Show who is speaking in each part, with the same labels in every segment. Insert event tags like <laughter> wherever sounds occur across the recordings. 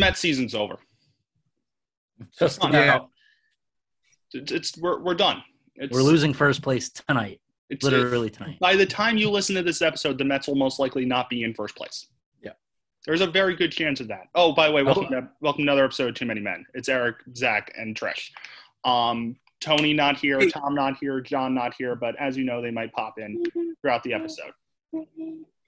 Speaker 1: that season's over. That's not
Speaker 2: yeah.
Speaker 1: how. It's, it's we're we're done. It's,
Speaker 3: We're losing first place tonight,
Speaker 1: it's-
Speaker 3: literally tonight.
Speaker 1: by the time you listen to this episode, the Mets will most likely not be in first place.
Speaker 2: Yeah.
Speaker 1: There's a very good chance of that. Oh, by the way, welcome,
Speaker 3: Oh.
Speaker 1: to, welcome to another episode of Too Many Men. It's Eric, Zach, and Trish. Um, Tony not here,
Speaker 2: Hey.
Speaker 1: Tom not here, John not here, but as you know, they might pop in throughout the episode.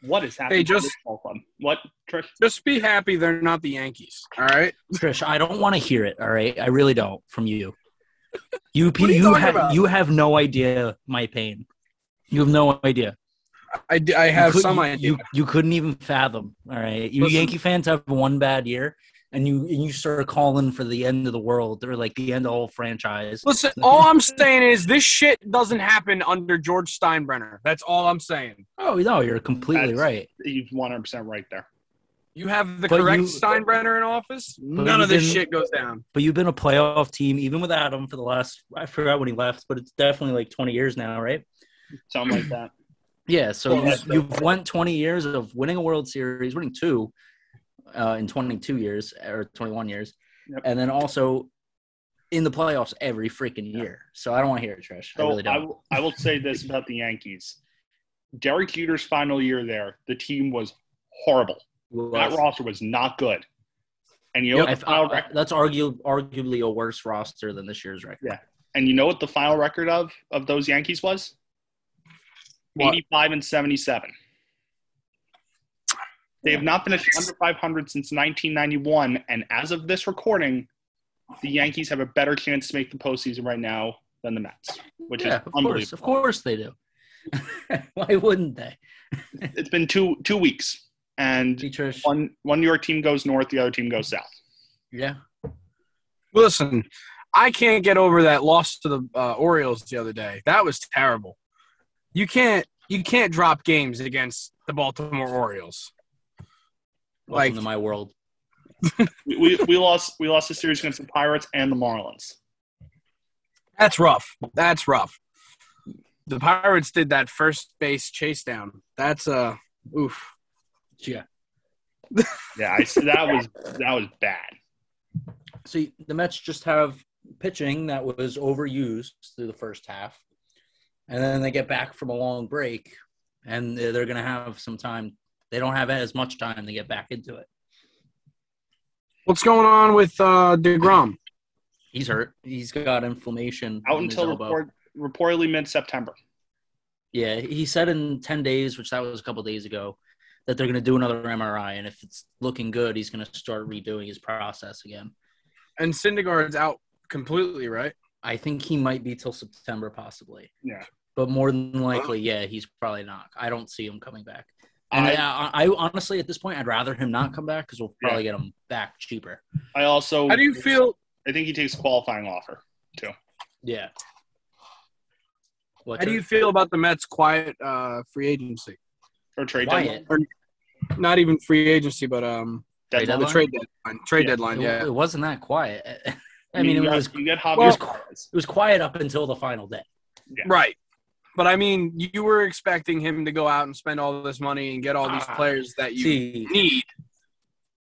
Speaker 1: What is happening?
Speaker 2: Hey,
Speaker 1: to
Speaker 2: just-
Speaker 1: this ball club? What, Trish?
Speaker 2: Just be happy they're not the Yankees. All right.
Speaker 3: <laughs> Trish, I don't want to hear it. All right, I really don't
Speaker 2: <laughs>
Speaker 3: from you. You,
Speaker 2: What are you
Speaker 3: you,
Speaker 2: talking
Speaker 3: have,
Speaker 2: about?
Speaker 3: you have no idea my pain. You have no idea.
Speaker 2: I, d- I have
Speaker 3: you could-
Speaker 2: some
Speaker 3: you-
Speaker 2: idea.
Speaker 3: You, you couldn't even fathom. All right, you
Speaker 2: Listen.
Speaker 3: Yankee fans have one bad year, and you and you start calling for the end of the world or like the end of the whole franchise. <laughs>
Speaker 2: Listen, all I'm saying is this shit doesn't happen under George Steinbrenner. That's all I'm saying.
Speaker 3: Oh no, you're completely
Speaker 1: That's-
Speaker 3: right.
Speaker 1: You're 100% right there.
Speaker 2: You have the
Speaker 3: But
Speaker 2: correct
Speaker 3: you-
Speaker 2: Steinbrenner in office.
Speaker 3: But
Speaker 2: None
Speaker 3: you
Speaker 2: of this
Speaker 3: didn't-
Speaker 2: shit goes down.
Speaker 3: But you've been a playoff team even without him for the last. I forgot when he left, but it's definitely like 20 years now, right?
Speaker 1: Something like that.
Speaker 3: Yeah, so
Speaker 1: Well,
Speaker 3: you've,
Speaker 1: that's-
Speaker 3: you've won 20 years of winning a World Series, winning two uh, in 22 years or 21 years,
Speaker 1: Yep.
Speaker 3: and then also in the playoffs every freaking year. So I don't want to hear it, Trish. I
Speaker 1: So I,
Speaker 3: really don't.
Speaker 1: will- I will say this about the Yankees. Derek Jeter's final year there, the team was horrible. That roster was not good. And you know what
Speaker 3: If-
Speaker 1: the final
Speaker 3: uh,
Speaker 1: rec-
Speaker 3: that's argu- arguably a worse roster than this year's record.
Speaker 1: Yeah. and you know what the final record of of those Yankees was?
Speaker 2: What?
Speaker 1: 85 and 77. They have not finished under 500 since 1991, and as of this recording, the Yankees have a better chance to make the postseason right now than the
Speaker 3: <laughs>
Speaker 1: Mets, which
Speaker 3: Yeah,
Speaker 1: is
Speaker 3: of course,
Speaker 1: unbelievable.
Speaker 3: of course they do. <laughs> Why wouldn't they?
Speaker 1: It's been two two weeks, and
Speaker 3: Gee, Trish.
Speaker 1: one one New York team goes north, the other team goes south.
Speaker 3: Yeah,
Speaker 2: Listen, I can't get over that loss to the uh, Orioles the other day. That was terrible. You can't you can't drop games against the Baltimore Orioles.
Speaker 3: welcome
Speaker 2: Like-
Speaker 3: to my world.
Speaker 1: We, we, we lost we lost the series against the Pirates and the Marlins.
Speaker 2: That's rough. That's rough. The Pirates did that first base chase down. That's uh oof.
Speaker 3: Yeah.
Speaker 1: Yeah, I, that was that was bad.
Speaker 3: See, the Mets just have pitching that was overused through the first half, and then they get back from a long break, and they're, they're going to have some time. They don't have as much time to get back into it.
Speaker 2: What's going on with uh DeGrom?
Speaker 3: He's hurt. He's got inflammation
Speaker 1: out
Speaker 3: in his
Speaker 1: until
Speaker 3: elbow.
Speaker 1: report, reportedly mid September.
Speaker 3: Yeah, he said in ten days, which that was a couple days ago, that they're going to do another MRI, and if it's looking good, he's going to start redoing his process again.
Speaker 2: And Syndergaard's out completely, right?
Speaker 3: I think he might be till September, possibly.
Speaker 1: Yeah.
Speaker 3: But more than likely, yeah, he's probably not. I don't see him coming back. And
Speaker 1: I,
Speaker 3: I, I, honestly, at this point, I'd rather him not come back because we'll probably get him back cheaper.
Speaker 1: I also
Speaker 2: How do you feel
Speaker 1: I think he takes qualifying offer.
Speaker 3: Yeah. What
Speaker 2: how do you feel about the Mets quiet uh free agency?
Speaker 1: Or trade deadline.
Speaker 3: Wyatt?
Speaker 2: Not even free agency, but um
Speaker 3: Trade
Speaker 1: Deadline.
Speaker 2: the trade deadline. Trade
Speaker 1: Yeah.
Speaker 2: deadline, yeah.
Speaker 3: It, it wasn't that quiet. <laughs> I mean,
Speaker 1: you
Speaker 3: it
Speaker 1: got-
Speaker 3: was it
Speaker 1: you get Javier
Speaker 2: Well-
Speaker 1: Suarez.
Speaker 3: was quiet up until the final day.
Speaker 1: Yeah.
Speaker 2: Right. But I mean, you were expecting him to go out and spend all this money and get all these
Speaker 3: Ah,
Speaker 2: players that you
Speaker 3: See,
Speaker 2: need.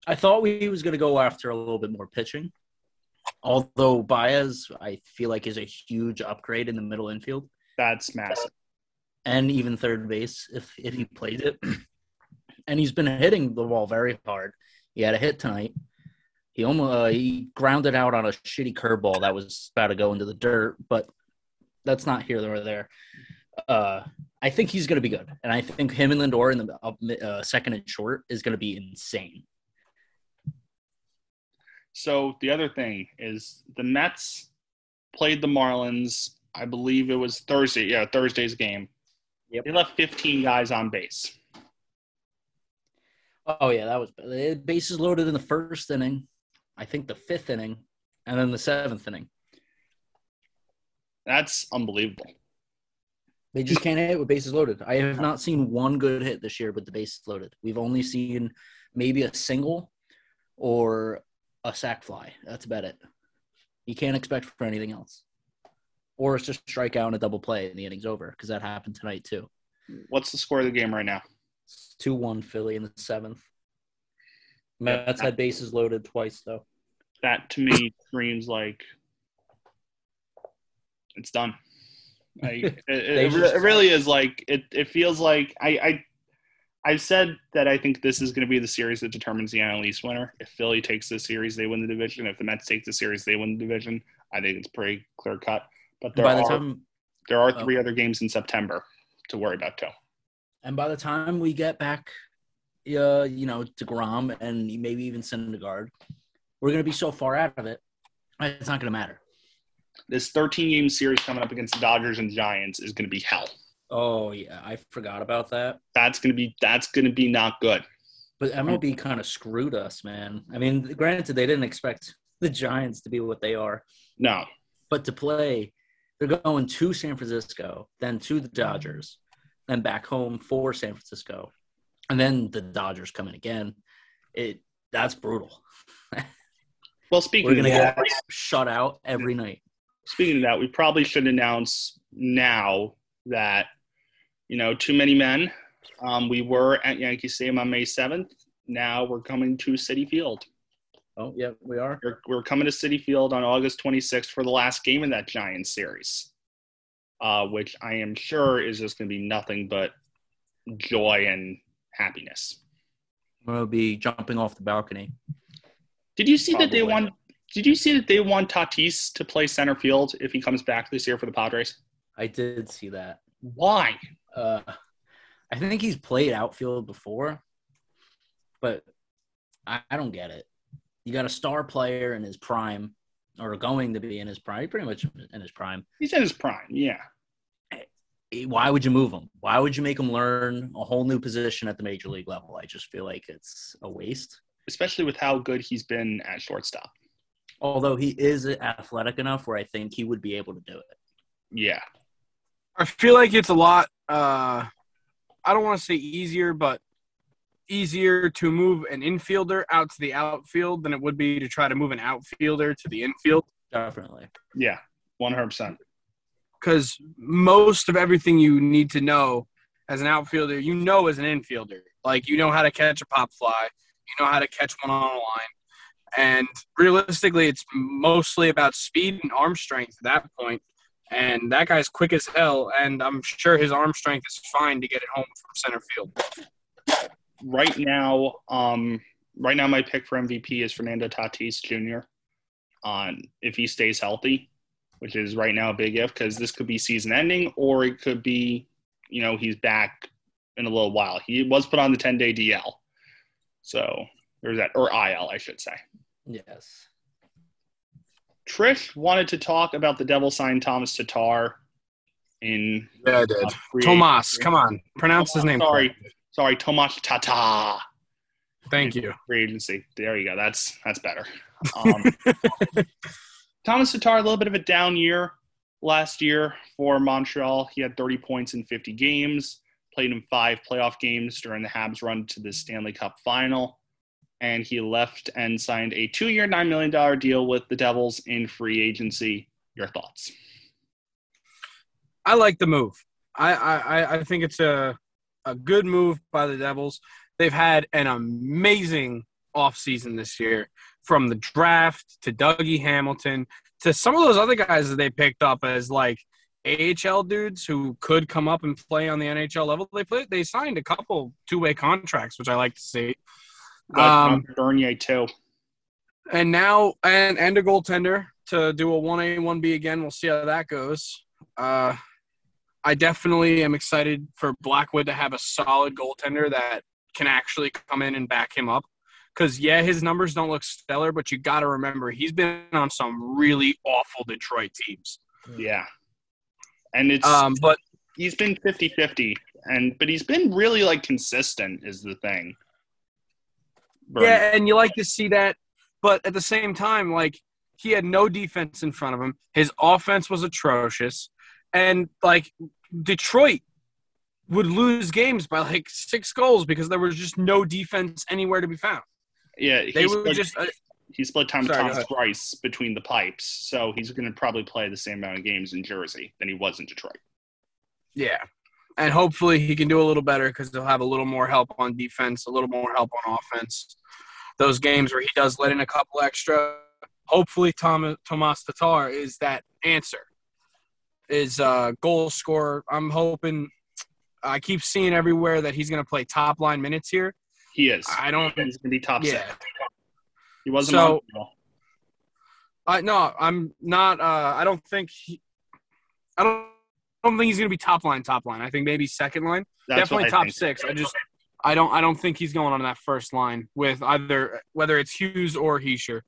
Speaker 3: I thought we was going to go after a little bit more pitching. Although Baez, I feel like, is a huge upgrade in the middle infield.
Speaker 1: That's massive.
Speaker 3: and even third base if if he plays it. <clears throat> And he's been hitting the ball very hard. He had a hit tonight. He almost uh, he grounded out on a shitty curveball that was about to go into the dirt, but that's not here nor there. Uh, I think he's going to be good, and I think him and Lindor in the up, uh, second and short is going to be insane.
Speaker 1: So the other thing is the Mets played the Marlins. I believe it was Thursday. Yeah, Thursday's game.
Speaker 3: Yep.
Speaker 1: They left 15 guys on base.
Speaker 3: Oh yeah, that was the bases loaded in the first inning, I think the fifth inning, and then the seventh inning.
Speaker 1: That's unbelievable.
Speaker 3: They just can't hit with bases loaded. I have not seen one good hit this year with the bases loaded. We've only seen maybe a single or a sac fly. That's about it. You can't expect for anything else. Or it's just strike out and a double play and the inning's over because that happened tonight too.
Speaker 1: What's the score of the game right now?
Speaker 3: It's 2 1 Philly in the seventh. Mets had bases loaded twice though.
Speaker 1: That to me screams like it's done. I,
Speaker 3: <laughs>
Speaker 1: it,
Speaker 3: They
Speaker 1: it, re-
Speaker 3: just-
Speaker 1: it really is like it. It feels like I, I I've said that I think this is going to be the series that determines the NL East winner. If Philly takes the series, they win the division. If the Mets take the series, they win the division. I think it's pretty clear cut. But there
Speaker 3: by
Speaker 1: are
Speaker 3: the time
Speaker 1: there are
Speaker 3: oh.
Speaker 1: three other games in September to worry about too.
Speaker 3: and by the time we get back, uh, you know, Degrom and maybe even Syndergaard, we're gonna be so far out of it. It's not gonna matter.
Speaker 1: This 13 game series coming up against the Dodgers and Giants is going to be hell.
Speaker 3: Oh yeah, I forgot about that.
Speaker 1: That's going to be that's going to be not good.
Speaker 3: But MLB kind of screwed us, man. I mean, granted, they didn't expect <laughs> the Giants to be what they are,
Speaker 1: No,
Speaker 3: but to play, they're going to San Francisco, then to the Dodgers, then back home for San Francisco, and then the Dodgers come in again. It that's brutal.
Speaker 1: Well, speaking
Speaker 3: We're gonna
Speaker 1: of that,
Speaker 3: get shut out every night.
Speaker 1: speaking of that, we probably should announce now that you know too many men. Um, we were at Yankee Stadium on May seventh. Now we're coming to City Field.
Speaker 3: Oh yeah, we are.
Speaker 1: We're, we're coming to City Field on August 26th for the last game in that Giants series, uh, which I am sure is just going to be nothing but joy and happiness.
Speaker 3: I'm gonna be jumping off the balcony.
Speaker 1: Did you see that they
Speaker 4: Probably.
Speaker 1: want? Did you see that they want Tatis to play center field if he comes back this year for the Padres?
Speaker 3: I did see that.
Speaker 1: Why?
Speaker 3: Uh, I think he's played outfield before, but I, I don't get it. You got a star player in his prime, or going to be in his prime, pretty much in his prime.
Speaker 1: He's in his prime. Yeah.
Speaker 3: Eh, Why would you move him? Why would you make him learn a whole new position at the major league level? I just feel like it's a waste.
Speaker 1: especially with how good he's been at shortstop.
Speaker 3: Although he is athletic enough where I think he would be able to do it.
Speaker 1: Yeah.
Speaker 2: I feel like it's a lot. Uh, I don't want to say easier, but easier to move an infielder out to the outfield than it would be to try to move an outfielder to the infield.
Speaker 3: Definitely.
Speaker 1: Yeah. 100%.
Speaker 2: Because most of everything you need to know as an outfielder, you know as an infielder. Like you know how to catch a pop fly, you know how to catch one on a line, and realistically, it's mostly about speed and arm strength at that point. And that guy's quick as hell, and I'm sure his arm strength is fine to get it home from center field.
Speaker 1: Right now, um, right now my pick for MVP is Fernando Tatis Jr. on if he stays healthy, which is right now a big if because this could be season ending or it could be, you know, he's back in a little while. He was put on the 10 day DL. So there's that, or IL, I should say.
Speaker 3: Yes.
Speaker 1: Trish wanted to talk about the devil signed Thomas Tatar in.
Speaker 2: Yeah, I did.
Speaker 1: uh, free
Speaker 2: Tomas,
Speaker 1: agency.
Speaker 2: come on, pronounce his
Speaker 1: Tomas,
Speaker 2: name.
Speaker 1: sorry.
Speaker 2: correctly.
Speaker 1: Sorry, Tomas Tata.
Speaker 2: Thank you.
Speaker 1: Free agency. There you go. That's that's better. Um,
Speaker 2: <laughs>
Speaker 1: Thomas Tatar, a little bit of a down year last year for Montreal. He had 30 points in 50 games, played in five playoff games during the Habs run to the Stanley Cup final, and he left and signed a two-year, $9 million deal with the Devils in free agency. Your thoughts?
Speaker 2: I like the move. I I, I- I think it's a a good move by the Devils. They've had an amazing offseason this year, from the draft to Dougie Hamilton to some of those other guys that they picked up as like AHL dudes who could come up and play on the NHL level. They played. They signed a couple two way contracts, which I like to see. Um,
Speaker 1: Bernier too.
Speaker 2: and now and and a goaltender to do a one A one B again. We'll see how that goes. Uh, I definitely am excited for Blackwood to have a solid goaltender that can actually come in and back him up. Because yeah, his numbers don't look stellar, but you got to remember he's been on some really awful Detroit teams.
Speaker 1: Yeah. And it's
Speaker 2: Um, but
Speaker 1: he's been 50-50 and but he's been really like consistent is the thing Bernie.
Speaker 2: Yeah, and you like to see that, but at the same time, like he had no defense in front of him. His offense was atrocious, and like Detroit would lose games by like six goals because there was just no defense anywhere to be found.
Speaker 1: yeah
Speaker 2: They
Speaker 1: he,
Speaker 2: would
Speaker 1: split,
Speaker 2: just uh,
Speaker 1: he split time with
Speaker 2: Sorry, go
Speaker 1: thomas
Speaker 2: ahead.
Speaker 1: grice between the pipes so he's going to probably play the same amount of games in jersey than he was in detroit
Speaker 2: yeah, and hopefully he can do a little better because they'll have a little more help on defense, a little more help on offense. those games where he does let in a couple extra. Hopefully, Tom, Tomas Tatar is that answer. Is uh, goal scorer. I'm hoping. I keep seeing everywhere that he's going to play top line minutes here.
Speaker 1: He is.
Speaker 2: I don't.
Speaker 1: He's going to be top
Speaker 2: Ah, Yeah.
Speaker 1: six. He wasn't
Speaker 2: So-
Speaker 1: on.
Speaker 2: I no. I'm not. Uh, I don't think. He, I don't. I don't think he's going to be top line. Top line. I think maybe second line.
Speaker 1: That's
Speaker 2: definitely
Speaker 1: what I
Speaker 2: top
Speaker 1: think.
Speaker 2: six. I just I don't I don't think he's going on that first line with either whether it's Hughes or Heischer.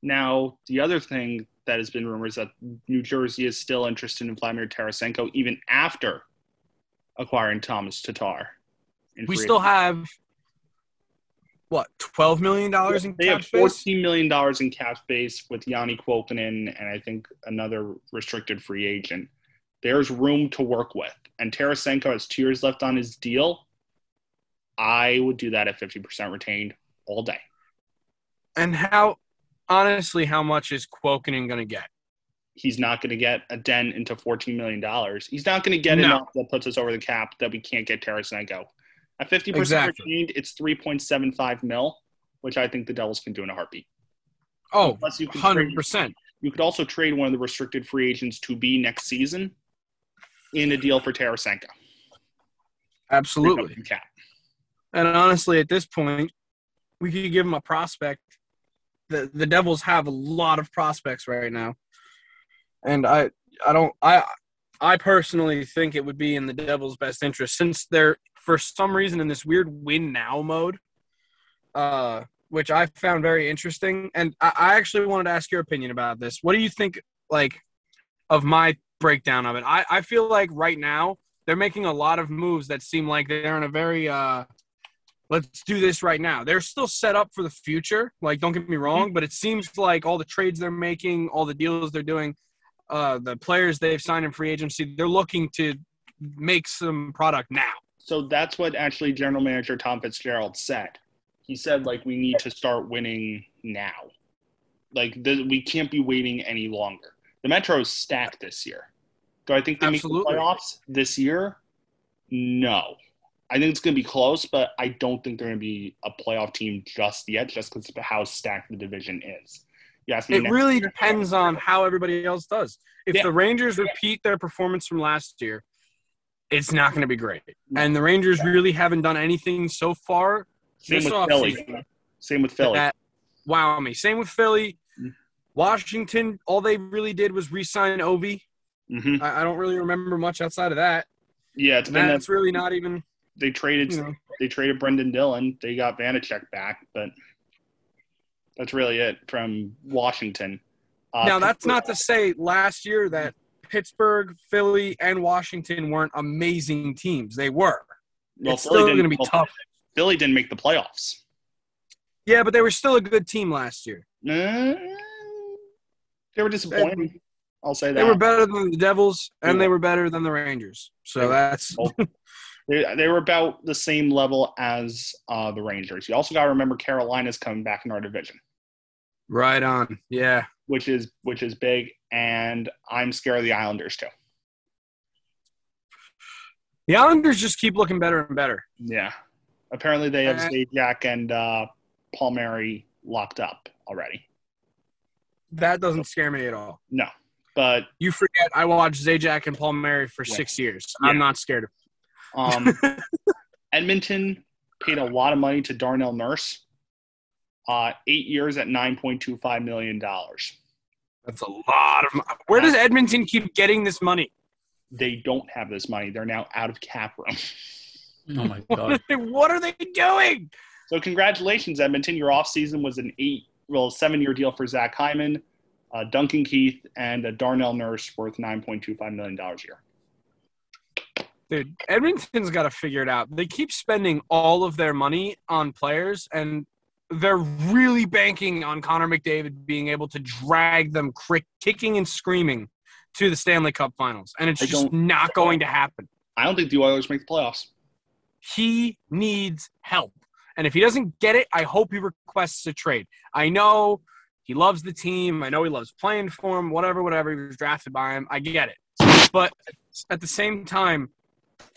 Speaker 1: Now, the other thing that has been rumored is that New Jersey is still interested in Vladimir Tarasenko even after acquiring Thomas Tatar. in
Speaker 2: We
Speaker 1: free
Speaker 2: still
Speaker 1: agency.
Speaker 2: have what twelve million dollars in
Speaker 1: they
Speaker 2: cap
Speaker 1: have
Speaker 2: space.
Speaker 1: fourteen million dollars in cap space with Yanni Kuopinen and I think another restricted free agent. There's room to work with, and Tarasenko has two years left on his deal. I would do that at fifty percent retained all day.
Speaker 2: And how honestly, how much is Quokinen going to get?
Speaker 1: He's not going to get a dent into fourteen million dollars. He's not going to get
Speaker 2: No.
Speaker 1: enough that puts us over the cap that we can't get Tarasenko. At fifty percent
Speaker 2: Exactly.
Speaker 1: retained, it's three point seven five mil, which I think the Devils can do in a heartbeat.
Speaker 2: Oh,
Speaker 1: Plus, you can trade-
Speaker 2: 100 percent.
Speaker 1: You could also trade one of the restricted free agents to be next season in a deal for Tarasenko.
Speaker 2: Absolutely.
Speaker 1: Cap.
Speaker 2: And honestly, at this point, we could give him a prospect. The the Devils have a lot of prospects right now. And I I don't I I personally think it would be in the Devils' best interest since they're for some reason in this weird win now mode, uh, which I found very interesting. And I, I actually wanted to ask your opinion about this. What do you think like of my breakdown of it? I, I feel like right now they're making a lot of moves that seem like they're in a very uh let's do this right now. They're still set up for the future. Like, don't get
Speaker 1: Mm-hmm.
Speaker 2: me wrong, but it seems like all the trades they're making, all the deals they're doing, uh, the players they've signed in free agency, they're looking to make some product now.
Speaker 1: So that's what actually general manager Tom Fitzgerald said. He said like we need to start winning now. Like th- we can't be waiting any longer. The Metro is stacked this year. Do I think they
Speaker 2: Absolutely.
Speaker 1: make the playoffs this year? No. I think it's going to be close, but I don't think they're going to be a playoff team just yet, just because of how stacked the division is. You ask me
Speaker 2: It
Speaker 1: next
Speaker 2: really
Speaker 1: year-
Speaker 2: depends on how everybody else does. If
Speaker 1: Yeah.
Speaker 2: the Rangers repeat their performance from last year, it's not going to be great. And the Rangers really haven't done anything so far
Speaker 1: Same
Speaker 2: this
Speaker 1: with
Speaker 2: offseason.
Speaker 1: Philly. Same with Philly. Mm.
Speaker 2: that wow me. Same with Philly. Washington, all they really did was re-sign Ovi.
Speaker 1: hmm
Speaker 2: I, I don't really remember much outside of that.
Speaker 1: Yeah, it's
Speaker 2: And
Speaker 1: been
Speaker 2: that's really not even
Speaker 1: they traded
Speaker 2: you know.
Speaker 1: they traded Brendan Dillon. They got Vanacek back, but that's really it from Washington. Uh,
Speaker 2: Now that's not to say last year that Pittsburgh, Philly, and Washington weren't amazing teams. They were.
Speaker 1: well,
Speaker 2: it's
Speaker 1: Philly
Speaker 2: still
Speaker 1: didn't-
Speaker 2: going to be
Speaker 1: well,
Speaker 2: tough.
Speaker 1: Philly didn't make the playoffs.
Speaker 2: Yeah, but they were still a good team last year.
Speaker 1: Eh, They were disappointing. I'll say that.
Speaker 2: They were better than the Devils,
Speaker 1: They
Speaker 2: and
Speaker 1: were.
Speaker 2: they were better than the Rangers.
Speaker 1: They
Speaker 2: So
Speaker 1: were.
Speaker 2: that's
Speaker 1: They, they were about the same level as uh, the Rangers. You also got to remember Carolina's coming back in our division.
Speaker 2: right on. Yeah.
Speaker 1: which is which is big, and I'm scared of the Islanders too.
Speaker 2: The Islanders just keep looking better and better.
Speaker 1: Yeah, apparently they have
Speaker 2: Uh,
Speaker 1: Zajac and uh, Palmieri locked up already.
Speaker 2: That doesn't scare me at all.
Speaker 1: No, but
Speaker 2: You forget I watched Zajac and Paul Mary for
Speaker 1: Yeah.
Speaker 2: six years.
Speaker 1: Yeah.
Speaker 2: I'm not scared of <laughs>
Speaker 1: um, Edmonton paid a lot of money to Darnell Nurse, uh, eight years at nine point two five million dollars.
Speaker 2: That's a lot of money. Where does Edmonton keep getting this money?
Speaker 1: They don't have this money; they're now out of cap room. <laughs>
Speaker 3: Oh <laughs> my
Speaker 2: What are
Speaker 3: god.
Speaker 2: they, what are they doing?
Speaker 1: So congratulations, Edmonton. Your offseason was an eight, well, seven-year deal for Zach Hyman, uh, Duncan Keith, and a Darnell Nurse worth nine point two five million dollars a year.
Speaker 2: Dude, Edmonton's got to figure it out. They keep spending all of their money on players, and they're really banking on Connor McDavid being able to drag them crick, kicking and screaming to the Stanley Cup finals. And it's
Speaker 1: I
Speaker 2: just
Speaker 1: don't-
Speaker 2: not going to happen.
Speaker 1: I don't think the Oilers make the playoffs.
Speaker 2: he needs help. And if he doesn't get it, I hope he requests a trade. I know he loves the team. I know he loves playing for him, whatever, whatever. He was drafted by him. I get it. But at the same time,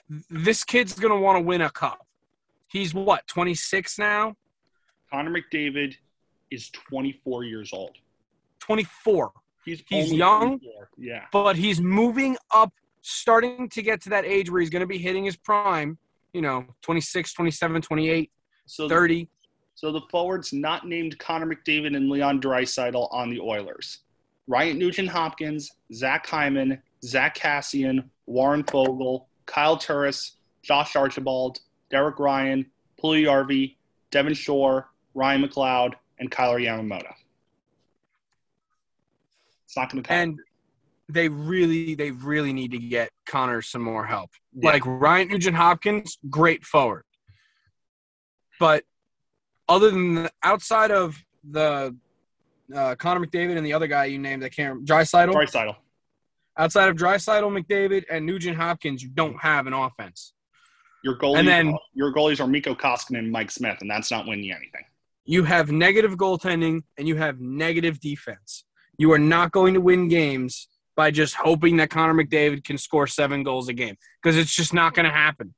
Speaker 2: th- this kid's going to want to win a cup. He's what, 26 now?
Speaker 1: Connor McDavid is 24 years old.
Speaker 2: 24,
Speaker 1: He's,
Speaker 2: He's
Speaker 1: only
Speaker 2: young.
Speaker 1: 24. Yeah.
Speaker 2: but he's moving up, starting to get to that age where he's going to be hitting his prime, you know, 26, 27, 28,
Speaker 1: So
Speaker 2: 30.
Speaker 1: So the forwards not named Connor McDavid and Leon Dreisaitl on the Oilers. Ryan Nugent Hopkins, Zach Hyman, Zach Cassian, Warren Fogle, Kyle Turris, Josh Archibald, Derek Ryan, Puliarvi, Devin Shore, Ryan McLeod, and Kyler Yamamoto. It's not going to come.
Speaker 2: And they really, they really need to get Connor some more help.
Speaker 1: Yeah.
Speaker 2: Like Ryan Nugent Hopkins, great forward. But other than the, outside of the uh, Connor McDavid and the other guy you named, I can't Drysidle.
Speaker 1: Dreisaitl.
Speaker 2: Outside of Drysidle, McDavid, and Nugent Hopkins, you don't have an offense.
Speaker 1: Your goalies,
Speaker 2: And then-
Speaker 1: your goalies are Miko Koskinen and Mike Smith, and that's not winning you anything.
Speaker 2: You have negative goaltending and you have negative defense. You are not going to win games by just hoping that Connor McDavid can score seven goals a game because it's just not going to happen.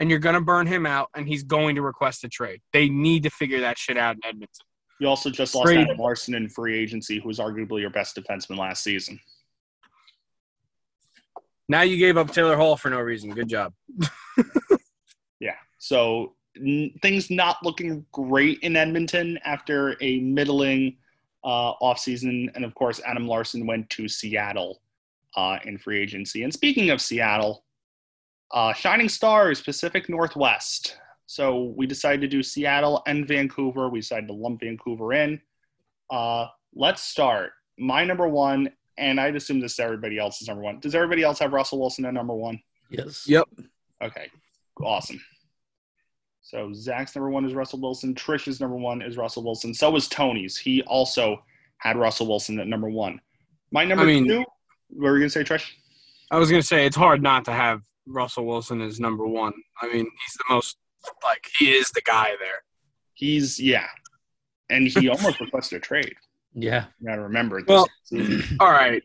Speaker 2: And you're going to burn him out and he's going to request a trade. They need to figure that shit out in Edmonton.
Speaker 1: You also just lost
Speaker 2: Trade.
Speaker 1: Adam Larson in free agency, who was arguably your best defenseman last season.
Speaker 2: Now you gave up Taylor Hall for no reason. Good job.
Speaker 1: Yeah. So n- things not looking great in Edmonton after a middling uh, offseason. And of course, Adam Larson went to Seattle uh, in free agency. And speaking of Seattle, uh, Shining Stars, Pacific Northwest. So we decided to do Seattle and Vancouver. We decided to lump Vancouver in. Uh, let's start. My number one, and I'd assume this is everybody else's number one. Does everybody else have Russell Wilson at number one?
Speaker 3: Yes.
Speaker 2: Yep.
Speaker 1: Okay, awesome. So Zach's number one is Russell Wilson. Trish's number one is Russell Wilson. So is Tony's. He also had Russell Wilson at number one. My number
Speaker 2: I mean-
Speaker 1: two. What were you gonna say, Trish?
Speaker 2: I was going to say it's hard not to have Russell Wilson as number one. I mean, he's the most, like, he is the guy there.
Speaker 1: He's yeah, and he almost requested a trade.
Speaker 3: Yeah.
Speaker 1: You gotta remember. this
Speaker 2: Well-
Speaker 1: season.
Speaker 2: All right.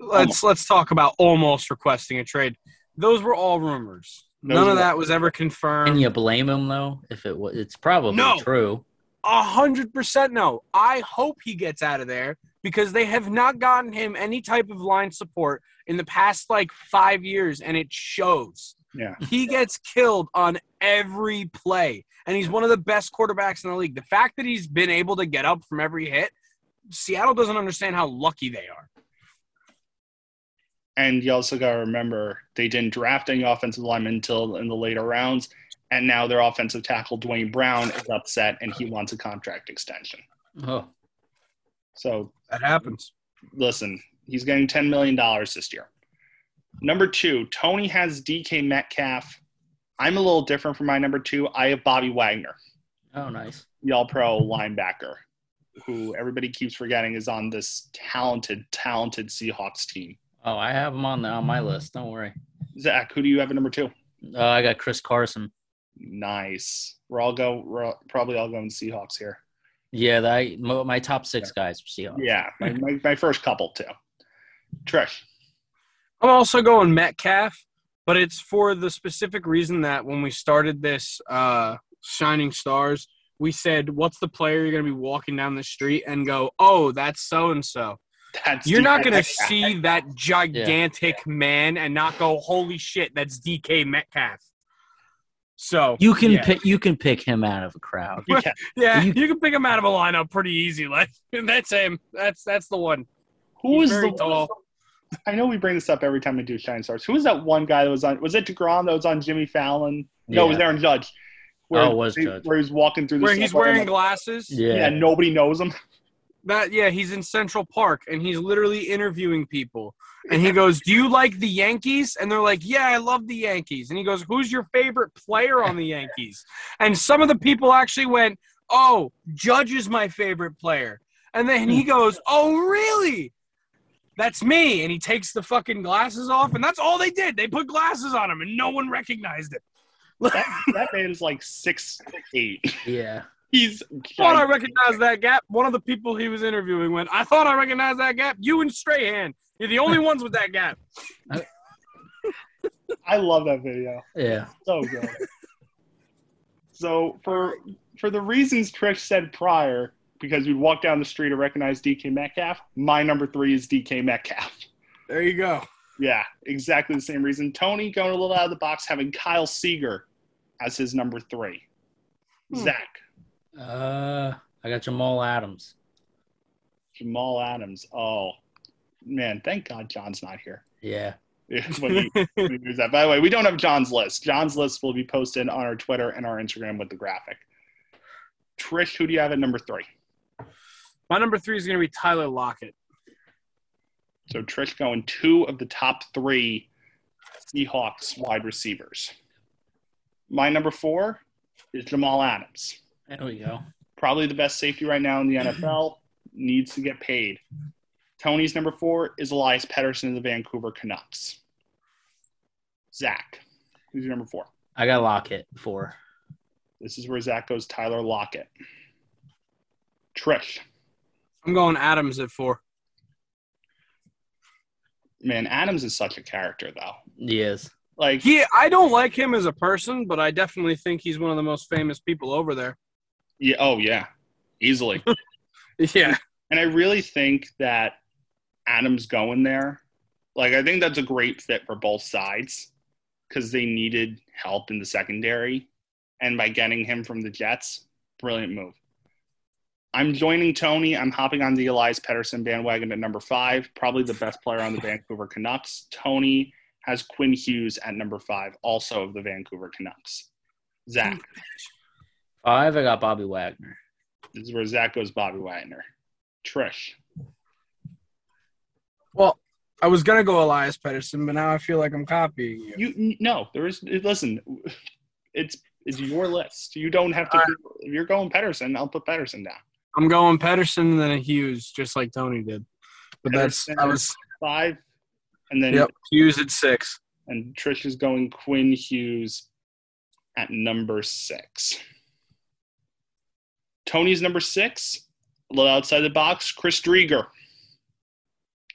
Speaker 2: Let's let's talk about almost requesting a trade. Those were all rumors.
Speaker 1: Those
Speaker 2: None
Speaker 1: were-
Speaker 2: of that was ever
Speaker 3: Can
Speaker 2: confirmed.
Speaker 3: you blame him though? If it was, it's probably
Speaker 2: No.
Speaker 3: true.
Speaker 2: A hundred percent no. I hope he gets out of there because they have not gotten him any type of line support in the past like five years, and it shows.
Speaker 1: Yeah.
Speaker 2: He gets killed on every play, and he's one of the best quarterbacks in the league. The fact that he's been able to get up from every hit, Seattle doesn't understand how lucky they are.
Speaker 1: And you also gotta remember they didn't draft any offensive linemen until in the later rounds, and now their offensive tackle Dwayne Brown is upset and he wants a contract extension.
Speaker 3: Oh,
Speaker 1: So
Speaker 2: That happens.
Speaker 1: listen, he's getting $10 million this year. Number two, Tony has DK Metcalf. I'm a little different from my number two. I have Bobby Wagner,
Speaker 3: oh, nice.
Speaker 1: the all pro linebacker, who everybody keeps forgetting is on this talented, talented Seahawks team.
Speaker 3: Oh, I have him on the, on my list. Don't worry.
Speaker 1: Zach, who do you have at number two?
Speaker 3: Uh, I got Chris Carson.
Speaker 1: Nice. We're all go. We're all- probably all going Seahawks here.
Speaker 3: Yeah, that, I- mo- my top six guys for Seahawks.
Speaker 1: Yeah, my, my, my first couple too. Trish,
Speaker 2: I'm also going Metcalf, but it's for the specific reason that when we started this uh, Shining Stars, we said, "What's the player you're going to be walking down the street and go, oh, that's so and so."
Speaker 1: that's
Speaker 2: You're not
Speaker 1: DK
Speaker 2: going to
Speaker 1: Metcalf.
Speaker 2: see that gigantic man and not go, "Holy shit, that's DK Metcalf." So
Speaker 3: You can
Speaker 2: Yeah.
Speaker 3: pick. You can pick him out of a crowd.
Speaker 1: <laughs> You can't.
Speaker 2: yeah,
Speaker 3: you-
Speaker 2: you, can pick him out of a lineup pretty easy. Like <laughs> that's him. That's that's the one.
Speaker 1: Who
Speaker 2: He's
Speaker 1: is
Speaker 2: very
Speaker 1: the
Speaker 2: tall.
Speaker 1: I know we bring this up every time we do Shining Stars. Who was that one guy that was on? Was it Degrom that was on Jimmy Fallon? No, it was
Speaker 3: Yeah.
Speaker 1: Aaron Judge.
Speaker 3: Oh, it was
Speaker 1: they-
Speaker 3: Judge.
Speaker 1: Where he's walking through the
Speaker 2: Where he's
Speaker 1: subway
Speaker 2: wearing
Speaker 1: and,
Speaker 2: glasses.
Speaker 1: like, yeah.
Speaker 3: Yeah.
Speaker 1: nobody knows him. <laughs>
Speaker 2: that yeah he's in central park and he's literally interviewing people and he goes do you like the yankees and they're like yeah i love the yankees and he goes who's your favorite player on the yankees and some of the people actually went oh judge is my favorite player and then he goes oh really that's me and he takes the fucking glasses off and that's all they did they put glasses on him and no one recognized it
Speaker 1: That, that man is like six eight. <laughs>
Speaker 3: Yeah.
Speaker 1: He's
Speaker 2: thought I
Speaker 1: giant.
Speaker 2: recognized that gap. One of the people he was interviewing went, I thought I recognized that gap. You and Strahan. You're the only ones with that gap.
Speaker 1: I love that video.
Speaker 2: <laughs>
Speaker 3: Yeah.
Speaker 1: So good. so for for the reasons Trish said prior, because we'd walk down the street and recognize DK Metcalf, my number three is DK Metcalf.
Speaker 2: There you go.
Speaker 1: Yeah, exactly the same reason. Tony going a little out of the box, having Kyle Seager as his number three.
Speaker 2: Hmm.
Speaker 1: Zach,
Speaker 3: Uh, I got Jamal Adams.
Speaker 1: Jamal Adams. Oh, man, thank God John's not here. <laughs>
Speaker 3: Yeah.
Speaker 1: when he, when he does that. By the way, we don't have John's list. John's list will be posted on our Twitter and our Instagram with the graphic. Trish, who do you have at number three?
Speaker 2: My number three is going to be Tyler Lockett.
Speaker 1: So Trish going two of the top three Seahawks wide receivers. My number four is Jamal Adams.
Speaker 3: There we go.
Speaker 1: Probably the best safety right now in the NFL. Needs to get paid. Tony's number four is Elias Pettersson of the Vancouver Canucks. Zach, who's your number four?
Speaker 3: I got Lockett four.
Speaker 1: This is where Zach goes Tyler Lockett. Trish.
Speaker 2: I'm going Adams at four.
Speaker 1: Man, Adams is such a character, though.
Speaker 3: Yes.
Speaker 1: Like,
Speaker 2: He, I don't like him as a person, but I definitely think he's one of the most famous people over there.
Speaker 1: yeah, oh, yeah, easily.
Speaker 2: Yeah.
Speaker 1: And I really think that Adams going there, like, I think that's a great fit for both sides because they needed help in the secondary. And by getting him from the Jets, brilliant move. I'm joining Tony. I'm hopping on the Elias Pettersson bandwagon at number five, probably the best player on the Vancouver Canucks. Tony has Quinn Hughes at number five, also of the Vancouver Canucks. Zach,
Speaker 3: Five, I got Bobby Wagner.
Speaker 1: this is where Zach goes Bobby Wagner. Trish,
Speaker 2: Well, I was going to go Elias Pettersson, but now I feel like I'm copying you.
Speaker 1: You n- no, there is. Listen, it's it's your list. You don't have to. if you're going Pedersen, I'll put Pedersen down.
Speaker 2: I'm going Pedersen then Hughes, just like Tony did. But that's
Speaker 1: Pedersen
Speaker 2: I was
Speaker 1: Five, and then
Speaker 2: yep. Hughes at six.
Speaker 1: and Trish is going Quinn Hughes at number six. Tony's number six, a little outside the box. Chris Drieger,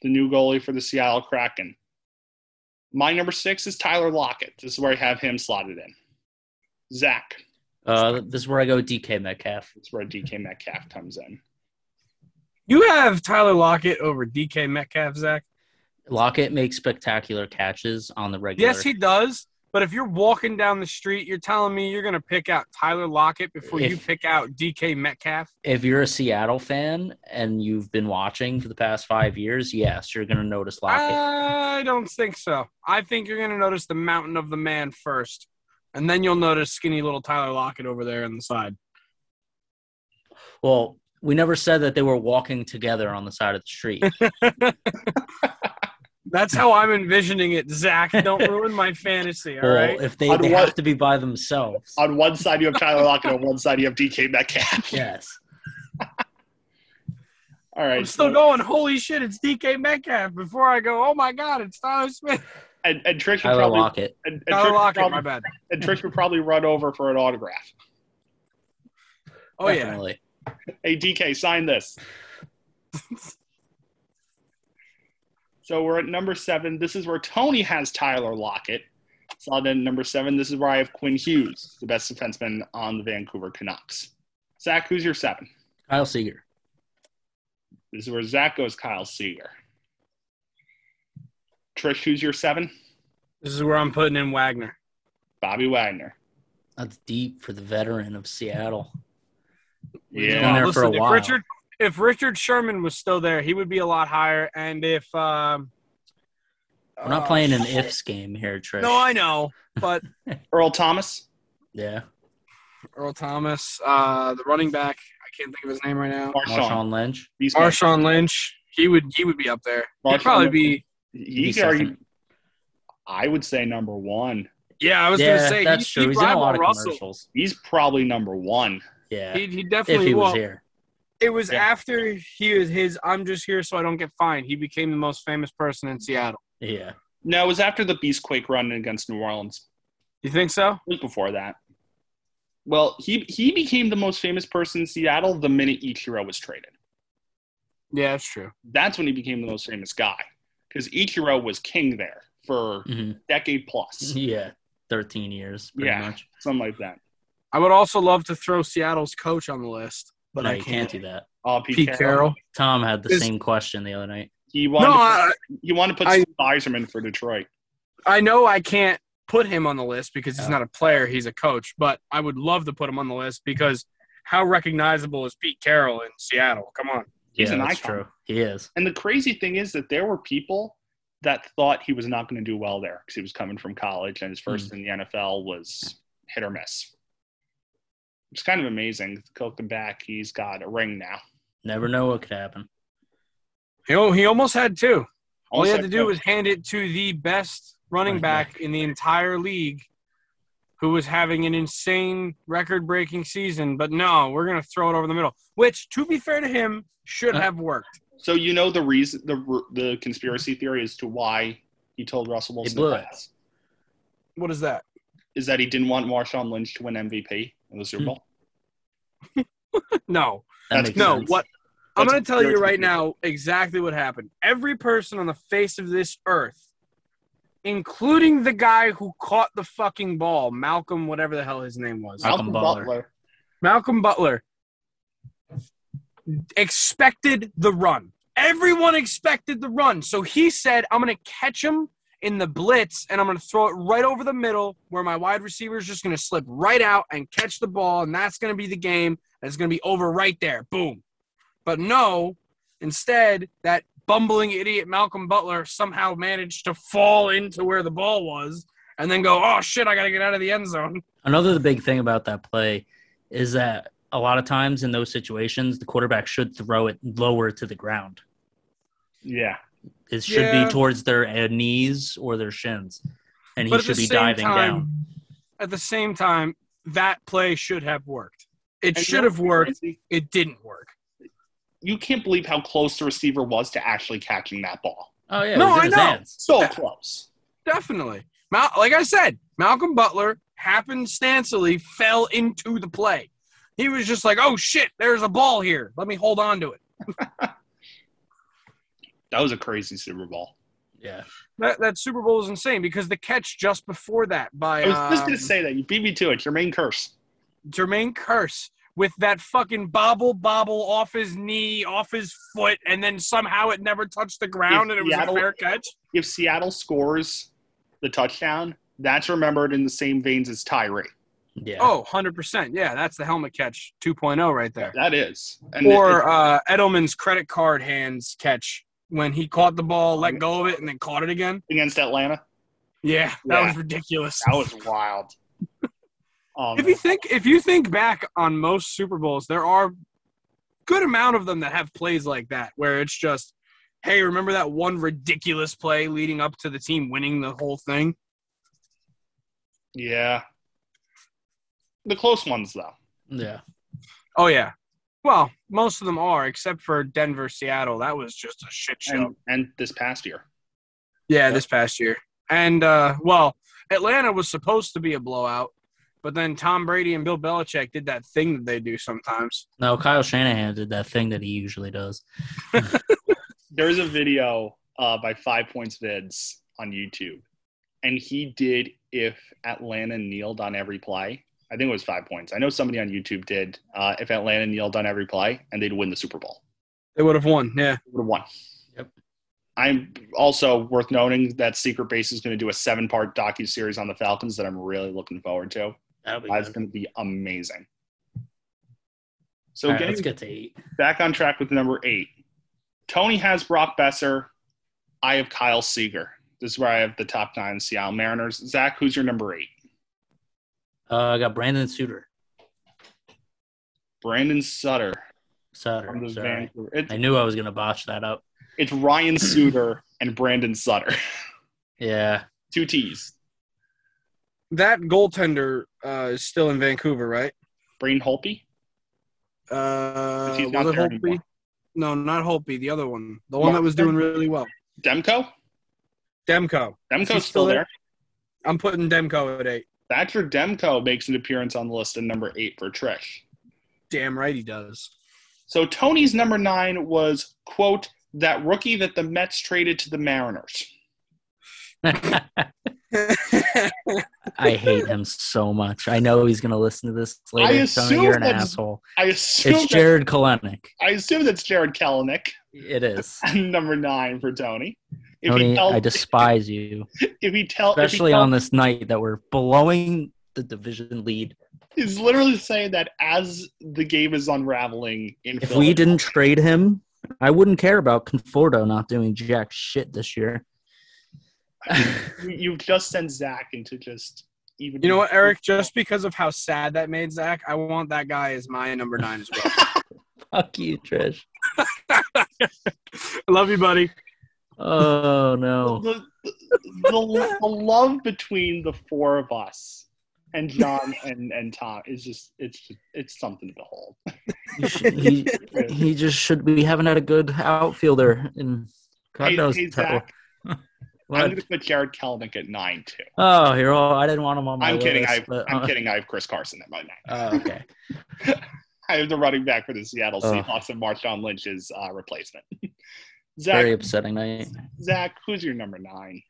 Speaker 1: the new goalie for the Seattle Kraken. My number six is Tyler Lockett. This is where I have him slotted in. Zach.
Speaker 3: Uh, this is where I go DK Metcalf.
Speaker 1: That's where DK Metcalf comes in.
Speaker 2: You have Tyler Lockett over DK Metcalf, Zach.
Speaker 3: Lockett makes spectacular catches on the regular.
Speaker 2: Yes, he does. But if you're walking down the street, you're telling me you're going to pick out Tyler Lockett before you
Speaker 3: If-
Speaker 2: pick out DK Metcalf.
Speaker 3: if you're a Seattle fan and you've been watching for the past five years, yes, you're gonna notice Lockett.
Speaker 2: Ah. I don't think so. I think you're going to notice the mountain of the man first, and then you'll notice skinny little Tyler Lockett over there on the side.
Speaker 3: well, we never said that they were walking together on the side of
Speaker 2: <laughs>
Speaker 3: the street.
Speaker 2: That's how I'm envisioning it, Zach.
Speaker 3: <laughs>
Speaker 2: Don't ruin my fantasy, all
Speaker 3: well,
Speaker 2: right?
Speaker 3: if they,
Speaker 1: I'd
Speaker 3: they
Speaker 1: wa-
Speaker 3: have to be by themselves.
Speaker 1: On one side you have Tyler Lockett, on one side you have DK Metcalf.
Speaker 3: yes.
Speaker 1: <laughs> All right.
Speaker 2: I'm still going, holy shit, it's DK Metcalf before I go, oh my God, it's Tyler Smith.
Speaker 1: And, and Trish would
Speaker 3: Tyler
Speaker 1: probably
Speaker 3: Lockett.
Speaker 1: and, and Trish
Speaker 2: Tyler
Speaker 1: would
Speaker 2: Lockett, my
Speaker 1: probably,
Speaker 2: bad.
Speaker 1: and Trish would probably run over for an autograph.
Speaker 2: Oh, yeah.
Speaker 3: definitely.
Speaker 1: Hey DK, sign this. so we're at number seven. This is where Tony has Tyler Lockett. Saw that at number seven. This is where I have Quinn Hughes, the best defenseman on the Vancouver Canucks. Zach, who's your seven?
Speaker 3: Kyle Seager.
Speaker 1: This is where Zach goes Kyle Seager. Trish, who's your seven?
Speaker 2: This is where I'm putting in Wagner.
Speaker 1: Bobby Wagner.
Speaker 3: That's deep for the veteran of Seattle.
Speaker 1: Yeah.
Speaker 3: Been there
Speaker 2: Listen,
Speaker 3: for a while.
Speaker 2: If Richard, if Richard Sherman was still there, he would be a lot higher. And if. Um,
Speaker 3: We're not
Speaker 2: uh,
Speaker 3: playing an ifs game here, Trish.
Speaker 2: No, I know. But
Speaker 1: Earl Thomas.
Speaker 3: yeah.
Speaker 2: Earl Thomas, uh, the running back, I can't think of his name right now.
Speaker 1: Marshawn.
Speaker 3: Marshawn Lynch.
Speaker 1: These men.
Speaker 2: Marshawn Lynch, he would he would be up there. He'd
Speaker 1: Marshawn
Speaker 2: probably
Speaker 1: Lynch.
Speaker 2: be.
Speaker 1: He
Speaker 3: He's
Speaker 1: could argue,
Speaker 3: second.
Speaker 1: I would say number one.
Speaker 2: Yeah, I was
Speaker 3: yeah,
Speaker 2: gonna say
Speaker 3: that's
Speaker 2: he'd,
Speaker 3: true.
Speaker 2: he'd
Speaker 3: He's in a
Speaker 2: rival
Speaker 3: lot of
Speaker 2: Russell.
Speaker 3: commercials.
Speaker 1: He's probably number one.
Speaker 3: Yeah.
Speaker 2: He, he
Speaker 3: if
Speaker 2: definitely
Speaker 3: he was
Speaker 2: will.
Speaker 3: here.
Speaker 2: It was
Speaker 1: Yeah.
Speaker 2: after he was his. I'm just here so I don't get fined. He became the most famous person in Seattle.
Speaker 3: Yeah. <laughs>
Speaker 1: No, it was after the Beastquake run against New Orleans.
Speaker 2: You think so?
Speaker 1: It was before that. Well, he he became the most famous person in Seattle the minute Ichiro was traded.
Speaker 2: Yeah, that's true.
Speaker 1: That's when he became the most famous guy because Ichiro was king there for
Speaker 3: hmm
Speaker 1: decade plus, Mm-hmm.
Speaker 3: Yeah. 13 years, pretty
Speaker 1: Yeah.
Speaker 3: much.
Speaker 1: something like that.
Speaker 2: I would also love to throw Seattle's coach on the list, but
Speaker 3: no,
Speaker 2: I
Speaker 3: you
Speaker 2: can't.
Speaker 3: can't do that.
Speaker 1: Oh, Pete,
Speaker 2: Pete Carroll.
Speaker 3: Tom had the
Speaker 2: Is-
Speaker 3: same question the other night.
Speaker 1: He
Speaker 2: No,
Speaker 1: wanted to put,
Speaker 2: I,
Speaker 1: he wanted to put
Speaker 2: I-
Speaker 1: Steve Eiserman for Detroit.
Speaker 2: I know I can't put him on the list because he's
Speaker 3: Yeah.
Speaker 2: not a player, he's a coach, but I would love to put him on the list because how recognizable is Pete Carroll in Seattle? Come on.
Speaker 1: He's
Speaker 3: yeah,
Speaker 1: an
Speaker 3: that's
Speaker 1: icon.
Speaker 3: true. He is.
Speaker 1: And the crazy thing is that there were people that thought he was not going to do well there because he was coming from college and his
Speaker 2: Hmm.
Speaker 1: first in the NFL was hit or miss. It's kind of amazing. Looking back, he's got a ring now.
Speaker 3: Never know what could happen.
Speaker 2: He, al- he almost had two. All he
Speaker 1: Also,
Speaker 2: had to do was hand it to the best running
Speaker 3: Running
Speaker 2: back
Speaker 3: back.
Speaker 2: in the entire league who was having an insane record breaking season, but no, we're going to throw it over the middle, which, to be fair to him, should
Speaker 3: Uh,
Speaker 2: have worked.
Speaker 1: So you know the reason the r- the conspiracy theory as to why he told Russell Wilson
Speaker 3: blew
Speaker 1: to
Speaker 3: it.
Speaker 1: pass
Speaker 2: What is that?
Speaker 1: is that he didn't want Marshawn Lynch to win MVP in the Super
Speaker 3: Hmm.
Speaker 1: Bowl.
Speaker 2: <laughs> No.
Speaker 3: That
Speaker 1: That's-
Speaker 3: makes
Speaker 2: No,
Speaker 3: sense.
Speaker 2: what I'm
Speaker 1: That's
Speaker 2: going to tell you
Speaker 1: conspiracy
Speaker 2: right
Speaker 1: theory.
Speaker 2: now exactly what happened. Every person on the face of this earth, including the guy who caught the fucking ball, Malcolm, whatever the hell his name was,
Speaker 3: Malcolm Butler.
Speaker 2: Malcolm Butler, expected the run. Everyone expected the run. So he said, I'm going to catch him in the blitz and I'm going to throw it right over the middle where my wide receiver is just going to slip right out and catch the ball. And that's going to be the game. And it's going to be over right there. Boom. But no, instead, that bumbling idiot Malcolm Butler somehow managed to fall into where the ball was and then go, oh shit, I got to get out of the end zone.
Speaker 3: Another big thing about that play is that a lot of times in those situations, the quarterback should throw it lower to the ground.
Speaker 1: Yeah,
Speaker 3: It should
Speaker 2: Yeah.
Speaker 3: be towards their uh, knees or their shins, and he
Speaker 2: But at
Speaker 3: should
Speaker 2: the
Speaker 3: be
Speaker 2: same
Speaker 3: diving
Speaker 2: time-
Speaker 3: down.
Speaker 2: At the same time, that play should have worked. It
Speaker 1: And
Speaker 2: should
Speaker 1: you know
Speaker 2: have
Speaker 1: what's
Speaker 2: worked.
Speaker 1: crazy?
Speaker 2: It didn't work.
Speaker 1: You can't believe how close the receiver was to actually catching that ball.
Speaker 3: Oh yeah,
Speaker 2: No,
Speaker 3: it was in
Speaker 2: I
Speaker 3: his
Speaker 2: know.
Speaker 3: hands.
Speaker 1: So close.
Speaker 2: Definitely. Mal- like I said, Malcolm Butler happenstancely fell into the play. He was just like, oh shit, there's a ball here. Let me hold on to it.
Speaker 1: That was a crazy Super Bowl.
Speaker 3: Yeah,
Speaker 2: That, that Super Bowl was insane because the catch just before that by
Speaker 1: I was just
Speaker 2: um,
Speaker 1: gonna say that you beat me to it. Your main curse.
Speaker 2: Jermaine Curse with that fucking bobble bobble off his knee, off his foot, and then somehow it never touched the ground and it was
Speaker 1: Seattle-
Speaker 2: a fair catch.
Speaker 1: If Seattle scores the touchdown, that's remembered in the same veins as Tyree.
Speaker 3: yeah.
Speaker 2: Oh, 100%. Yeah, that's the helmet catch 2.0 right there.
Speaker 1: That is. And it-
Speaker 2: Or uh, Edelman's credit card hands catch when he caught the ball, let go of it, and then caught it again.
Speaker 1: against Atlanta,
Speaker 2: Yeah, that
Speaker 1: Yeah.
Speaker 2: was ridiculous.
Speaker 1: that was
Speaker 2: <laughs>
Speaker 1: wild. Um,
Speaker 2: If you think if you think back on most Super Bowls, there are good amount of them that have plays like that where it's just, hey, remember that one ridiculous play leading up to the team winning the whole thing?
Speaker 1: yeah. The close ones, though.
Speaker 3: yeah.
Speaker 2: Oh yeah. Well, most of them are, except for Denver, Seattle. That was just a shit show.
Speaker 1: And, and this past year.
Speaker 2: Yeah, this past year. And uh, well, Atlanta was supposed to be a blowout, but then Tom Brady and Bill Belichick did that thing that they do sometimes.
Speaker 3: No, Kyle Shanahan did that thing that he usually does.
Speaker 1: there's a video uh, by Five Points Vids on YouTube, and he did if Atlanta kneeled on every play. I think it was five points. I know somebody on YouTube did uh, if Atlanta kneeled on every play, and they'd win the Super Bowl.
Speaker 2: They would have won. Yeah.
Speaker 1: They would have won.
Speaker 3: Yep.
Speaker 1: I'm also worth noting that Secret Base is going to do a seven part docu series on the Falcons that I'm really looking forward to.
Speaker 3: That'll be
Speaker 1: That's
Speaker 3: good.
Speaker 1: going to be amazing. So
Speaker 3: All right,
Speaker 1: getting
Speaker 3: let's get to eight.
Speaker 1: back on track with number eight. Tony has Brock Besser. I have Kyle Seager. This is where I have the top nine Seattle Mariners. Zach, who's your number eight?
Speaker 3: Uh, I got Brandon Suter.
Speaker 1: Brandon Sutter
Speaker 3: Sutter.
Speaker 1: from the
Speaker 3: sorry.
Speaker 1: Vancouver. It's,
Speaker 3: I knew I was gonna botch that up.
Speaker 1: it's Ryan Suter and Brandon Sutter. <laughs>
Speaker 3: Yeah. <laughs>
Speaker 1: Two T's.
Speaker 2: That goaltender uh, is still in Vancouver, right?
Speaker 1: Brain Holpe.
Speaker 2: Uh,
Speaker 1: He's not
Speaker 2: was it
Speaker 1: there
Speaker 2: Holtby?
Speaker 1: anymore.
Speaker 2: No, not Holtby. The other one, the one that was doing really well.
Speaker 1: Demko.
Speaker 2: Demko.
Speaker 1: Demko's
Speaker 2: he
Speaker 1: still,
Speaker 2: still
Speaker 1: there.
Speaker 2: there? I'm putting Demko at eight.
Speaker 1: Thatcher Demko makes an appearance on the list at number eight for Trish.
Speaker 2: Damn right he does.
Speaker 1: So Tony's number nine was quote that rookie that the Mets traded to the Mariners.
Speaker 3: I hate him so much. I know he's gonna listen to this later.
Speaker 1: I
Speaker 3: so
Speaker 1: assume
Speaker 3: you're an
Speaker 1: that's-
Speaker 3: asshole.
Speaker 1: I assume
Speaker 3: It's
Speaker 1: that-
Speaker 3: Jared Kalenic.
Speaker 1: I assume that's Jared Kalanick,
Speaker 3: It is.
Speaker 1: <laughs> number nine for Tony. If he
Speaker 3: Tony,
Speaker 1: tell,
Speaker 3: I despise you,
Speaker 1: if he tell,
Speaker 3: especially
Speaker 1: if he
Speaker 3: on this night that we're blowing the division lead.
Speaker 1: tell, he's literally saying that as the game is unraveling in
Speaker 3: If we
Speaker 1: Philadelphia.
Speaker 3: didn't trade him, I wouldn't care about Conforto not doing jack shit this year. <laughs>
Speaker 1: <laughs> You- you've just sent Zach into just even.
Speaker 2: You know what, Eric? Just because of how sad that made Zach, I want that guy as my number nine as well.
Speaker 3: Fuck you, Trish.
Speaker 2: Love you, buddy.
Speaker 3: Oh
Speaker 1: <laughs>
Speaker 3: no.
Speaker 1: the, the, the, the love between the four of us and
Speaker 3: <laughs>
Speaker 1: John and, and Tom is just it's it's something to behold.
Speaker 3: He, should- he, he just should. We haven't had a good outfielder in God
Speaker 1: Hey,
Speaker 3: knows.
Speaker 1: hey,
Speaker 3: how-
Speaker 1: Zach.
Speaker 3: What?
Speaker 1: I'm going to put Jared Kelnick at nine too.
Speaker 3: Oh, you're all. I didn't want him on my
Speaker 1: I'm kidding.
Speaker 3: list,
Speaker 1: I,
Speaker 3: but,
Speaker 1: I'm
Speaker 3: <laughs> uh,
Speaker 1: kidding. I have Chris Carson at my nine. <laughs>
Speaker 3: oh, okay.
Speaker 1: I have the running back for the Seattle
Speaker 3: Oh.
Speaker 1: Seahawks and Marshawn Lynch's uh, replacement. <laughs> Zach,
Speaker 3: Very upsetting night.
Speaker 1: Zach, who's your number nine?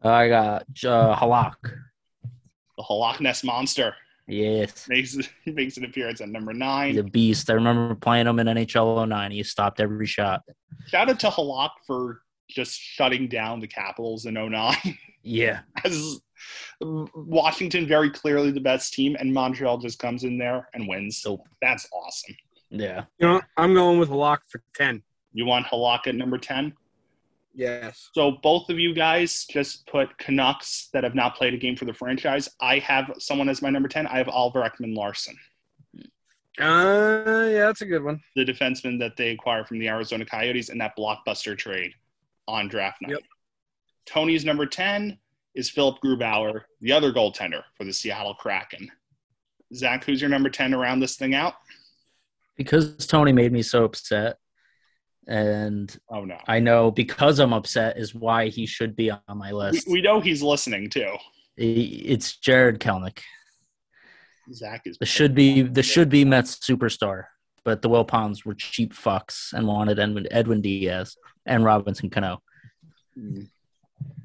Speaker 3: I got uh, Halak.
Speaker 1: The Loch Ness Monster
Speaker 3: Yes.
Speaker 1: makes <laughs> makes an appearance at number nine.
Speaker 3: He's a beast. I remember playing him in NHL 09. He stopped every shot.
Speaker 1: Shout out to Halak for just shutting down the Capitals in 09.
Speaker 3: Yeah.
Speaker 1: <laughs> As Washington very clearly the best team, and Montreal just comes in there and wins. So that's awesome.
Speaker 3: Yeah.
Speaker 2: You know, I'm going with a lock for ten.
Speaker 1: You want Halak at number 10?
Speaker 2: Yes.
Speaker 1: So both of you guys just put Canucks that have not played a game for the franchise. I have someone as my number 10. I have Oliver Ekman Larson,
Speaker 2: Uh, yeah, that's a good one.
Speaker 1: the defenseman that they acquired from the Arizona Coyotes in that blockbuster trade on draft night.
Speaker 2: Yep.
Speaker 1: Tony's number 10 is Philip Grubauer, the other goaltender for the Seattle Kraken. Zach, who's your number 10 to round this thing out?
Speaker 3: Because Tony made me so upset. And
Speaker 1: Oh, no.
Speaker 3: I know because I'm upset is why he should be on my
Speaker 1: We,
Speaker 3: list.
Speaker 1: we know he's listening too.
Speaker 3: He- it's Jared Kelnick.
Speaker 1: Zach is.
Speaker 3: The should be the should be Mets superstar, but the Wilpons were cheap fucks and wanted Edwin, Edwin Diaz and Robinson Cano.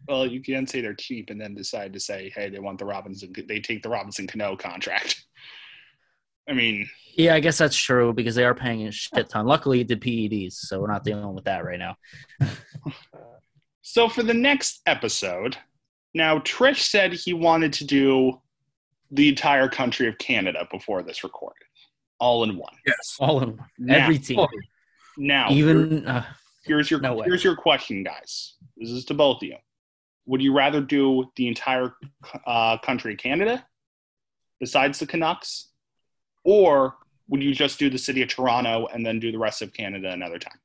Speaker 1: Well, you can say they're cheap and then decide to say, hey, they want the Robinson. They take the Robinson Cano contract. <laughs> I mean,
Speaker 3: Yeah, I guess that's true because they are paying a shit ton. Luckily, it did PEDs, so we're not dealing with that right now.
Speaker 1: so for the next episode, now Trish said he wanted to do the entire country of Canada before this recorded, all in one.
Speaker 2: Yes.
Speaker 3: All in
Speaker 1: Now,
Speaker 3: every team,
Speaker 2: Oh,
Speaker 1: now
Speaker 3: even uh,
Speaker 1: here's your
Speaker 3: No way.
Speaker 1: here's your question, guys. This is to both of you. Would you rather do the entire uh, country of Canada, besides the Canucks, or would you just do the city of Toronto and then do the rest of Canada another time?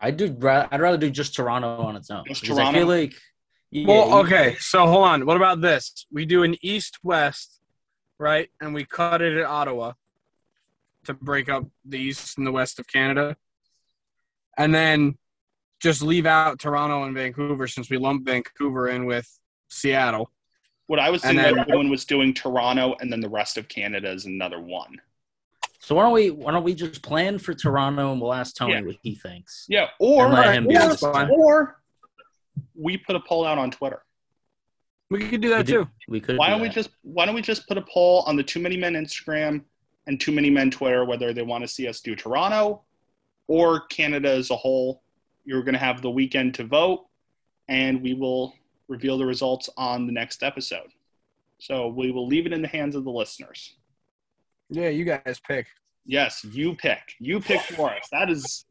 Speaker 3: I'd do. ra- I'd rather do just Toronto on its own.
Speaker 1: Just
Speaker 3: because I
Speaker 1: Toronto?
Speaker 3: feel like. yeah, you-
Speaker 2: Well, okay. So hold on. What about this? We do an east-west, right? And we cut it at Ottawa to break up the east and the west of Canada, and then just leave out Toronto and Vancouver since we lumped Vancouver in with Seattle.
Speaker 1: What I was
Speaker 2: And
Speaker 1: thinking
Speaker 2: then-
Speaker 1: of doing was doing Toronto and then the rest of Canada is another one.
Speaker 3: So why don't we? Why don't we just plan for Toronto and we'll ask Tony
Speaker 1: Yeah.
Speaker 3: what he thinks.
Speaker 1: Yeah, or
Speaker 3: And let him do
Speaker 1: or,
Speaker 3: this one.
Speaker 1: or we put a poll out on Twitter.
Speaker 2: We could do
Speaker 3: We
Speaker 2: that
Speaker 3: do-
Speaker 2: too.
Speaker 3: We could.
Speaker 1: Why
Speaker 3: do
Speaker 1: don't we
Speaker 3: that.
Speaker 1: just why don't we just put a poll on the Too Many Men Instagram and Too Many Men Twitter whether they want to see us do Toronto or Canada as a whole? You're going to have the weekend to vote, and we will reveal the results on the next episode. So we will leave it in the hands of the listeners.
Speaker 2: Yeah, you guys pick.
Speaker 1: Yes, you pick. You pick for us. That is,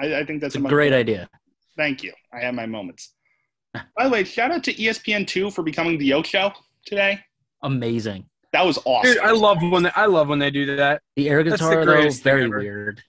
Speaker 1: I, I think that's
Speaker 3: It's a
Speaker 1: much-
Speaker 3: great idea.
Speaker 1: Thank you. I had my moments. By the way, shout out to E ESPN2 for becoming the Yoke Show today.
Speaker 3: Amazing.
Speaker 1: That was awesome.
Speaker 2: Dude, I love when they, I love when they do that.
Speaker 3: The air
Speaker 2: That's the
Speaker 3: guitar though,
Speaker 2: greatest thing
Speaker 3: very
Speaker 2: ever.
Speaker 3: weird.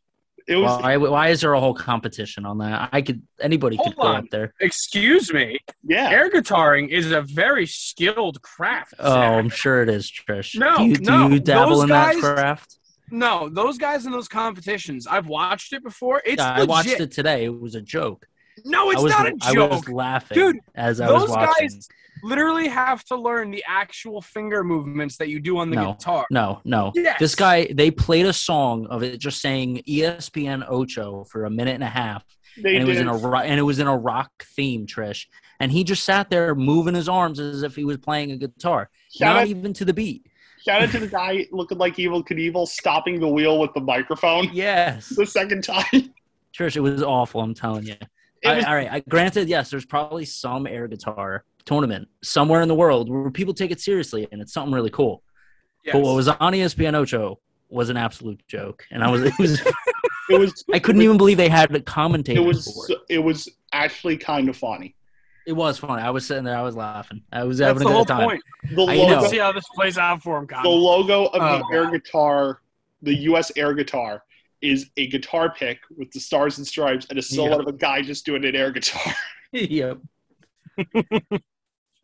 Speaker 1: it. Was
Speaker 3: why, why is there a whole competition on that? I could anybody could
Speaker 2: Hold
Speaker 3: go
Speaker 2: on.
Speaker 3: up there.
Speaker 2: Excuse me.
Speaker 1: yeah.
Speaker 2: Air guitaring is a very skilled craft.
Speaker 3: Oh,
Speaker 2: Zach.
Speaker 3: I'm sure it is, Trish.
Speaker 2: No,
Speaker 3: do you, do
Speaker 2: no,
Speaker 3: you dabble
Speaker 2: those
Speaker 3: in
Speaker 2: guys-
Speaker 3: that craft?
Speaker 2: No, those guys in those competitions, I've watched it before. It's
Speaker 3: Yeah, I
Speaker 2: legit.
Speaker 3: watched it today. It was a joke.
Speaker 2: No, it's
Speaker 3: I was,
Speaker 2: not a
Speaker 3: I
Speaker 2: joke.
Speaker 3: was laughing
Speaker 2: Dude,
Speaker 3: as I
Speaker 2: those
Speaker 3: was watching.
Speaker 2: guys- Literally have to learn the actual finger movements that you do on the
Speaker 3: No.
Speaker 2: guitar.
Speaker 3: No, no.
Speaker 2: Yes.
Speaker 3: This guy, they played a song of it just saying E ESPN Ocho for a minute and a half,
Speaker 1: They
Speaker 3: and it was
Speaker 1: did.
Speaker 3: in a ro- and it was in a rock theme, Trish. and he just sat there moving his arms as if he was playing a guitar,
Speaker 1: Shout
Speaker 3: not e-
Speaker 1: out,
Speaker 3: even to
Speaker 2: <laughs>
Speaker 3: the beat.
Speaker 1: shout out to the guy looking like Evil Knievel stopping the wheel with the microphone <laughs>
Speaker 3: Yes,
Speaker 1: the second time.
Speaker 3: Trish, it was awful. I'm telling you.
Speaker 1: It was
Speaker 3: I, all right. I, granted, yes, there's probably some air guitar tournament somewhere in the world where people take it seriously and it's something really cool. But what was on E ESPN Ocho was an absolute joke, and I was, it was
Speaker 1: it was
Speaker 3: I couldn't even believe they had the commentators.
Speaker 1: it
Speaker 3: for
Speaker 1: was
Speaker 3: it.
Speaker 1: it was actually kind of funny.
Speaker 3: It was fun. I was sitting there, I was laughing, I was
Speaker 2: That's
Speaker 3: having
Speaker 2: the
Speaker 3: a
Speaker 2: whole
Speaker 3: good time.
Speaker 2: point.
Speaker 1: The logo,
Speaker 3: I know.
Speaker 2: Let's see how this plays out for him,
Speaker 1: the
Speaker 2: Kyle.
Speaker 1: logo of
Speaker 2: Oh.
Speaker 1: the air guitar, the U.S. air guitar, is a guitar pick with the stars and stripes and a silhouette of a guy just doing an air guitar.
Speaker 3: <laughs>
Speaker 1: <laughs>
Speaker 3: yep.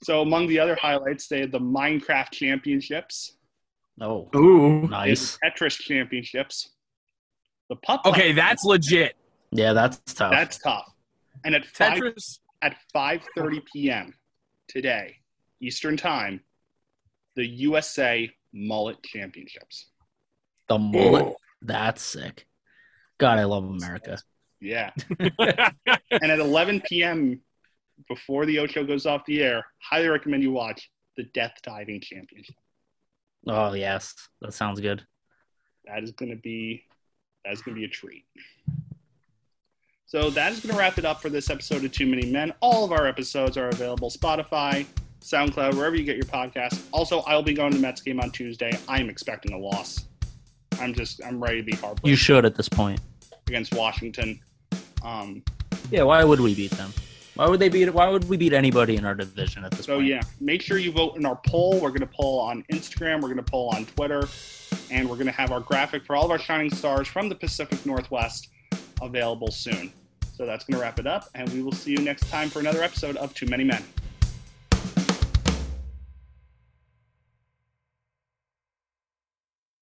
Speaker 1: So among the other highlights, they had the Minecraft Championships,
Speaker 3: Oh,
Speaker 2: Ooh.
Speaker 1: they had the
Speaker 3: nice.
Speaker 1: Tetris Championships, the Putt.
Speaker 2: Okay, that's legit.
Speaker 3: Yeah, that's tough.
Speaker 1: that's tough. And at five
Speaker 2: Tetris.
Speaker 1: at 5:30 p.m. today, Eastern Time, the USA Mullet Championships.
Speaker 3: the mullet. That's sick. God, I love America.
Speaker 1: Yeah.
Speaker 2: <laughs>
Speaker 1: and at 11 p.m. before the Ocho goes off the air, highly recommend you watch the Death Diving Championship.
Speaker 3: Oh yes, that sounds good.
Speaker 1: That is going to be that is going to be a treat. So that is going to wrap it up for this episode of Too Many Men. All of our episodes are available Spotify, SoundCloud, wherever you get your podcast. Also, I'll be going to the Mets game on Tuesday. I'm expecting a loss. I'm just I'm ready to be
Speaker 3: You
Speaker 1: heartbroken
Speaker 3: should at this point.
Speaker 1: against Washington. Um,
Speaker 3: Yeah, why would we beat them? Why would they beat? Why would we beat anybody in our division at this
Speaker 1: So
Speaker 3: point?
Speaker 1: Oh, yeah, make sure you vote in our poll. We're gonna poll on Instagram, we're gonna poll on Twitter, and we're gonna have our graphic for all of our shining stars from the Pacific Northwest available soon. So that's gonna wrap it up, and we will see you next time for another episode of Too Many Men.